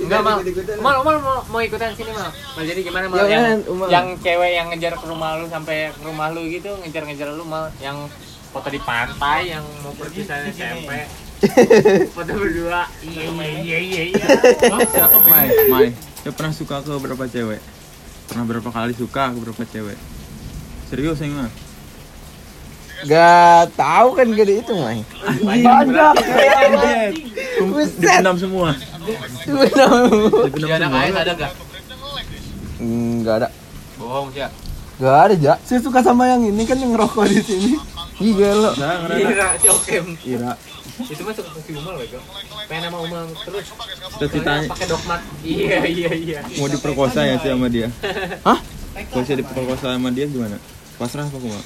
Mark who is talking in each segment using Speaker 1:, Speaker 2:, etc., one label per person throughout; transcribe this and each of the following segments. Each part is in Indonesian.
Speaker 1: Enggak mal.
Speaker 2: Ikut-ikutan.
Speaker 1: Mal, mal mau, mau ikutan sini mal. Mal jadi gimana mal
Speaker 3: Ya,
Speaker 1: yang
Speaker 3: kan, Umal.
Speaker 1: yang cewek yang ngejar ke rumah lu sampai ke rumah lu gitu ngejar-ngejar lu mal yang foto di pantai yang mau perpisahan SMP. foto berdua. Iya iya iya iya.
Speaker 4: Mai, Mai, lu pernah suka ke berapa cewek? Pernah berapa kali suka ke berapa cewek? Serius ini mah?
Speaker 3: Gak tahu kan gak itu Mai.
Speaker 4: Banyak. Dipendam semua. Dipendam
Speaker 1: Ada
Speaker 4: semua.
Speaker 1: kain ada enggak?
Speaker 3: Enggak ada.
Speaker 1: Bohong sih.
Speaker 3: Gak ada, Ja.
Speaker 2: Saya suka sama yang ini kan yang rokok di sini.
Speaker 3: Ih, gelo.
Speaker 4: Nah, karena
Speaker 1: Iya, si Okem.
Speaker 4: Ira,
Speaker 1: Itu mah suka si Umal bego. Pengen sama Umal terus.
Speaker 4: cita-citanya
Speaker 1: Soalnya pakai dogmat. Iya iya iya.
Speaker 4: mau diperkosa ya sih sama dia.
Speaker 3: Hah?
Speaker 4: Kalau saya diperkosa sama dia gimana? Pasrah apa kumaha?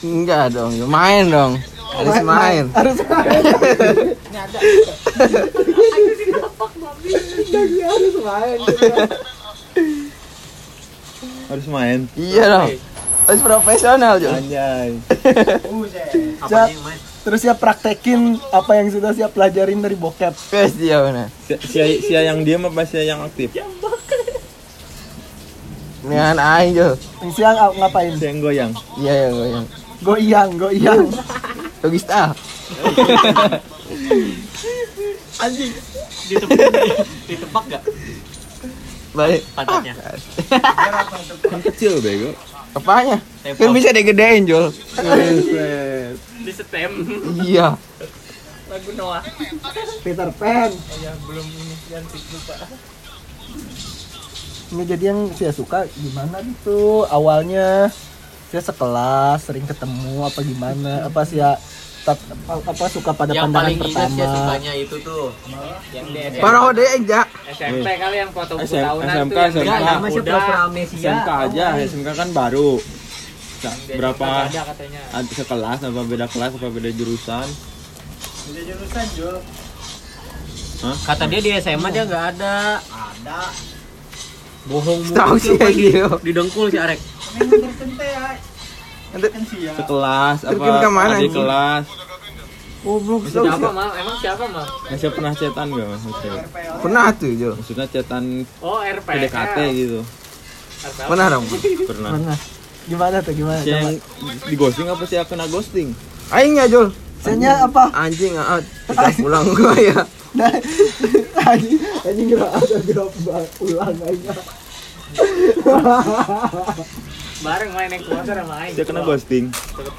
Speaker 3: Enggak dong, ya main dong. Harus main.
Speaker 2: Harus main. Ini ada. Harus main.
Speaker 4: Harus main.
Speaker 3: Iya dong. Harus profesional, Jo.
Speaker 4: Anjay.
Speaker 1: Apa yang main?
Speaker 2: Terus siap praktekin apa yang sudah siap pelajarin dari bokep.
Speaker 3: Guys, dia benar.
Speaker 4: Si- Sia, sia yang diam apa sia yang aktif?
Speaker 3: Dengan aing, Jo.
Speaker 2: Yang siang ah, ngapain?
Speaker 4: Sia yang goyang.
Speaker 3: Iya, ya, gue yang.
Speaker 2: Goyang, goyang.
Speaker 3: Logis ah.
Speaker 2: Anjing.
Speaker 1: Ditebak ditebak enggak
Speaker 3: Balik.
Speaker 1: pantatnya?
Speaker 4: Kan kecil bego.
Speaker 3: Apanya?
Speaker 1: Tembok.
Speaker 3: Kan bisa digedein, Jol.
Speaker 1: Di stem.
Speaker 3: Iya.
Speaker 1: lagu Noah
Speaker 2: Peter Pan.
Speaker 1: ya belum ini cantik lupa
Speaker 2: Ini jadi yang saya suka gimana gitu awalnya saya sekelas sering ketemu apa gimana apa saya tat- apa, apa suka pada
Speaker 1: yang
Speaker 2: pandangan
Speaker 1: paling ingat
Speaker 2: pertama
Speaker 1: ya sukanya itu tuh yang di SMP
Speaker 3: Parode aing, Ja.
Speaker 2: Ya,
Speaker 1: SMP kali yang foto buku
Speaker 4: SM-
Speaker 1: tahunan
Speaker 4: SMK,
Speaker 1: tuh yang
Speaker 4: SMK.
Speaker 1: bilang
Speaker 4: Enggak,
Speaker 1: anak
Speaker 2: namanya
Speaker 1: muda
Speaker 4: SMK aja, SMK kan baru. Nah,
Speaker 1: Dia
Speaker 4: berapa
Speaker 1: juga ada katanya
Speaker 4: ad- Ah, sekelas apa beda kelas apa beda jurusan? Hah?
Speaker 1: kata dia di SMA dia nggak ada ada bohong
Speaker 3: Tahu sih aing, Jo.
Speaker 1: didengkul si Arek
Speaker 3: Nanti
Speaker 4: Sekelas apa
Speaker 3: Terkim kemana,
Speaker 4: adik
Speaker 3: anjing?
Speaker 4: kelas?
Speaker 3: goblok
Speaker 1: siapa
Speaker 3: lu.
Speaker 1: mal emang siapa mal
Speaker 4: Masih pernah cetan gak mas? Maksudnya,
Speaker 3: Pernah tuh, Jo.
Speaker 4: maksudnya cetan
Speaker 1: oh RP
Speaker 4: PDKT gitu.
Speaker 3: Pernah dong.
Speaker 4: Pernah.
Speaker 2: Mana? Nah, gimana tuh gimana
Speaker 4: Si yang
Speaker 2: coba
Speaker 4: di ghosting apa sih yang kena ghosting?
Speaker 3: Aing ya, Jol.
Speaker 2: Saya apa
Speaker 3: Anjing, ah, ah. kita pulang gua ya.
Speaker 2: Nah, anjing anjing gerak ada gerak ba- ulang aja.
Speaker 1: bareng main naik motor sama Aing
Speaker 4: Dia kena ghosting.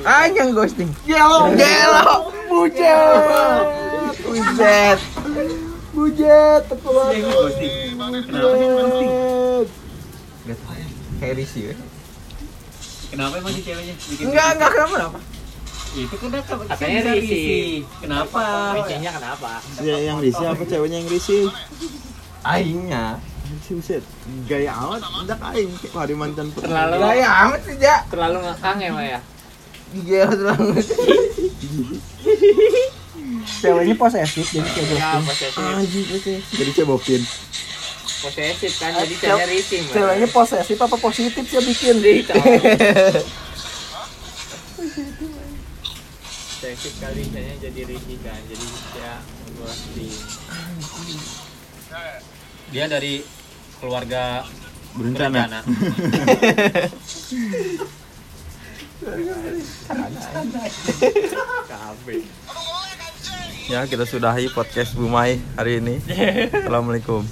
Speaker 3: Aing yang ghosting. Gelo, gelo. Bucet. Bucet.
Speaker 2: Bujet, tepuan. Bujet.
Speaker 3: ya. Harry sih.
Speaker 1: kenapa emang si ceweknya
Speaker 3: Enggak, enggak kenapa kenapa.
Speaker 1: itu kenapa katanya risih kenapa risihnya kenapa
Speaker 4: Si yang risih apa ceweknya yang risih?
Speaker 3: Aingnya.
Speaker 4: Si buset, gaya amat, udah kain kayak hari mantan pernah.
Speaker 1: terlalu
Speaker 3: Gaya amat sih, Ja.
Speaker 1: terlalu ngekang ya Maya
Speaker 3: Gelo banget.
Speaker 2: Ceweknya posesif jadi kayak
Speaker 1: ya
Speaker 2: ghosting.
Speaker 1: posesif
Speaker 4: Anjir, oke. Jadi cebokin.
Speaker 1: posesif kan jadi ceweknya risih Maya.
Speaker 2: Ceweknya posesif apa positif sih bikin?
Speaker 1: Teknik kali misalnya jadi risih kan, jadi dia di dia dari keluarga
Speaker 4: Berencana.
Speaker 1: KB.
Speaker 4: Ya, kita sudahi podcast Bumai hari ini. Assalamualaikum.